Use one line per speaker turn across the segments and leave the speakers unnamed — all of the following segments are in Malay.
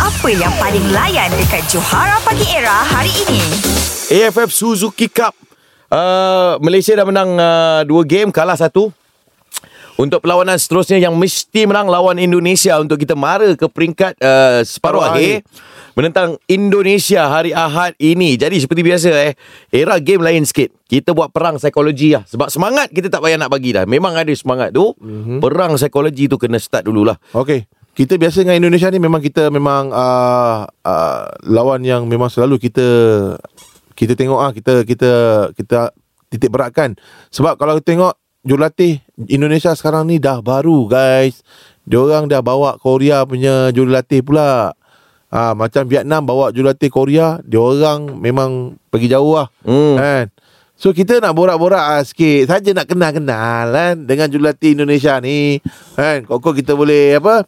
Apa yang paling layan dekat Johara Pagi Era hari ini?
AFF Suzuki Cup uh, Malaysia dah menang uh, dua game Kalah satu untuk perlawanan seterusnya yang mesti menang lawan Indonesia untuk kita mara ke peringkat uh, separuh
Separuh
akhir menentang Indonesia hari Ahad ini. Jadi seperti biasa eh era game lain sikit. Kita buat perang psikologi lah sebab semangat kita tak payah nak bagi dah. Memang ada semangat tu. Mm-hmm. Perang psikologi tu kena start dululah.
Okey. Kita biasa dengan Indonesia ni memang kita memang uh, uh, lawan yang memang selalu kita kita tengok ah kita kita kita titik beratkan. Sebab kalau kita tengok jurulatih Indonesia sekarang ni dah baru guys. Diorang dah bawa Korea punya jurulatih pula. Ah macam Vietnam bawa jurulatih Korea, diorang memang pergi jauh lah.
Hmm.
Kan? So kita nak borak-borak ah, sikit Saja nak kenal-kenal kan Dengan jurulatih Indonesia ni Kan Kok-kok kita boleh apa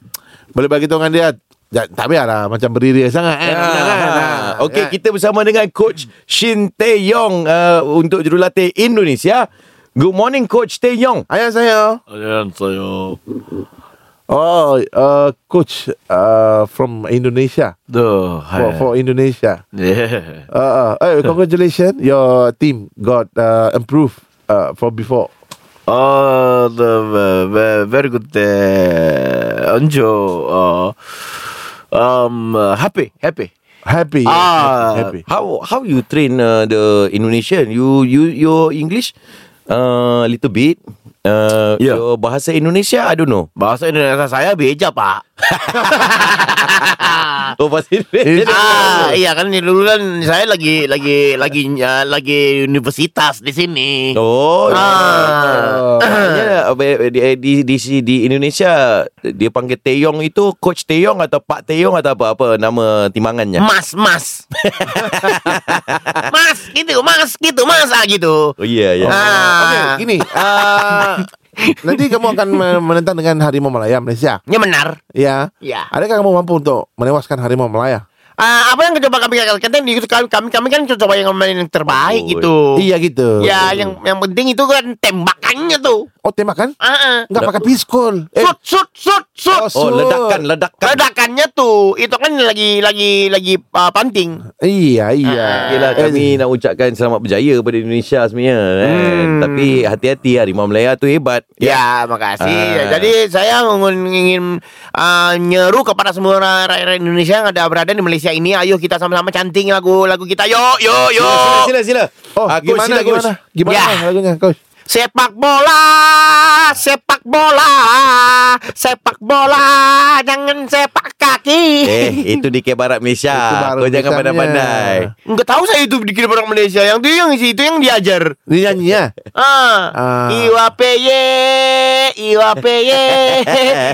Boleh bagi tahu dengan dia ja- Tak payahlah Macam beria sangat
Ah,
kan, Kan?
ah.
Ah,
Okey,
kan?
kita bersama dengan coach Shin Tae-yong uh, untuk jurulatih Indonesia. Good morning coach Tae-yong.
Ayah saya
Ayan saya
Oh uh, Coach uh, From Indonesia
Duh
For,
hai.
for Indonesia
Yeah
uh, uh, hey, Congratulations Your team got uh, improved uh, From before
Oh the ve- ve- very good uh, Anjo uh, Um uh, happy happy
Happy
Ah.
Happy
How how you train uh, the Indonesian? You you your English uh, little bit. Uh,
Yeah.
Your bahasa Indonesia, I don't know.
Bahasa Indonesia saya beja pak
Oh bahasa Indonesia.
Ah iya kan dulu kan saya lagi lagi lagi uh, lagi universitas di sini.
Oh.
Ah.
Ya, di, di, di, di Indonesia dia panggil Teyong itu coach Teyong atau Pak Teyong atau apa apa nama timangannya.
Mas, mas. mas, gitu, mas, gitu, mas, ah, gitu.
Oh ya ya.
Okey,
Ah,
gini. Uh, nanti kamu akan me- menentang dengan harimau Malaya Malaysia.
ini benar.
Ya.
Ya.
Adakah kamu mampu untuk menewaskan harimau Malaya?
Ah, apa yang coba kami katakan di kami kami, kami kan coba yang main yang terbaik
Oh,
gitu.
Iya gitu.
Ya, yang yang penting itu kan tembakannya tuh.
Oh, tembak kan?
Ah, ah.
Enggak pakai piskol. Eh,
Shoot, shoot, shoot, shoot.
Oh ledakan ledakan.
Ledakannya tuh itu kan lagi lagi lagi ah, panting.
Iya, iya.
Ah,
Eh,
Yelah lah, kami nak ucapkan selamat berjaya pada Indonesia sebenarnya kan.
Hmm.
Tapi hati-hati Harimau Melaya tu hebat.
Ya, makasih.
Ah.
Jadi saya ingin, ingin ah, nyeru kepada semua ra- rakyat Indonesia yang ada berada di Malaysia ini, ayo kita sama-sama canting lagu-lagu kita. Yo, yo, yo.
Ya. Sila sila sila.
Oh,
Ah, coach,
gimana
coach.
gimana? Gimana
Ya.
lagunya, coach?
Sepak bola, sepak bola, sepak bola, jangan sepak kaki.
Eh, itu di Barat Malaysia.
Itu baru
Kau jangan
misalnya.
pandai-pandai.
Enggak tahu saya itu dikira orang Malaysia. Yang itu yang itu yang diajar.
Ini nyanyi ya.
Ah.
Ah.
Iwa peye, iwa peye,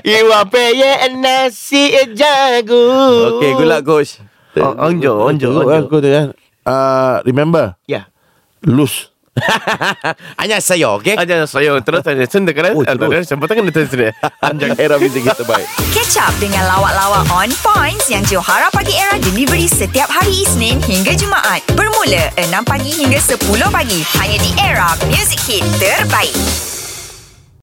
iwa peye nasi jagung.
Okey, good luck coach.
onjo, onjo,
Aku tu kan. Ah, remember,
Ya.
lose.
Hanya saya, okey?
Aja saya terus aja sendiri kan.
Oh, terus.
Sempat kan itu sendiri.
Anjang era music kita baik.
Catch up dengan lawak-lawak on points yang Johara Pagi Era delivery setiap hari Isnin hingga Jumaat. Bermula 6 pagi hingga 10 pagi. Hanya di Era Music Hit Terbaik.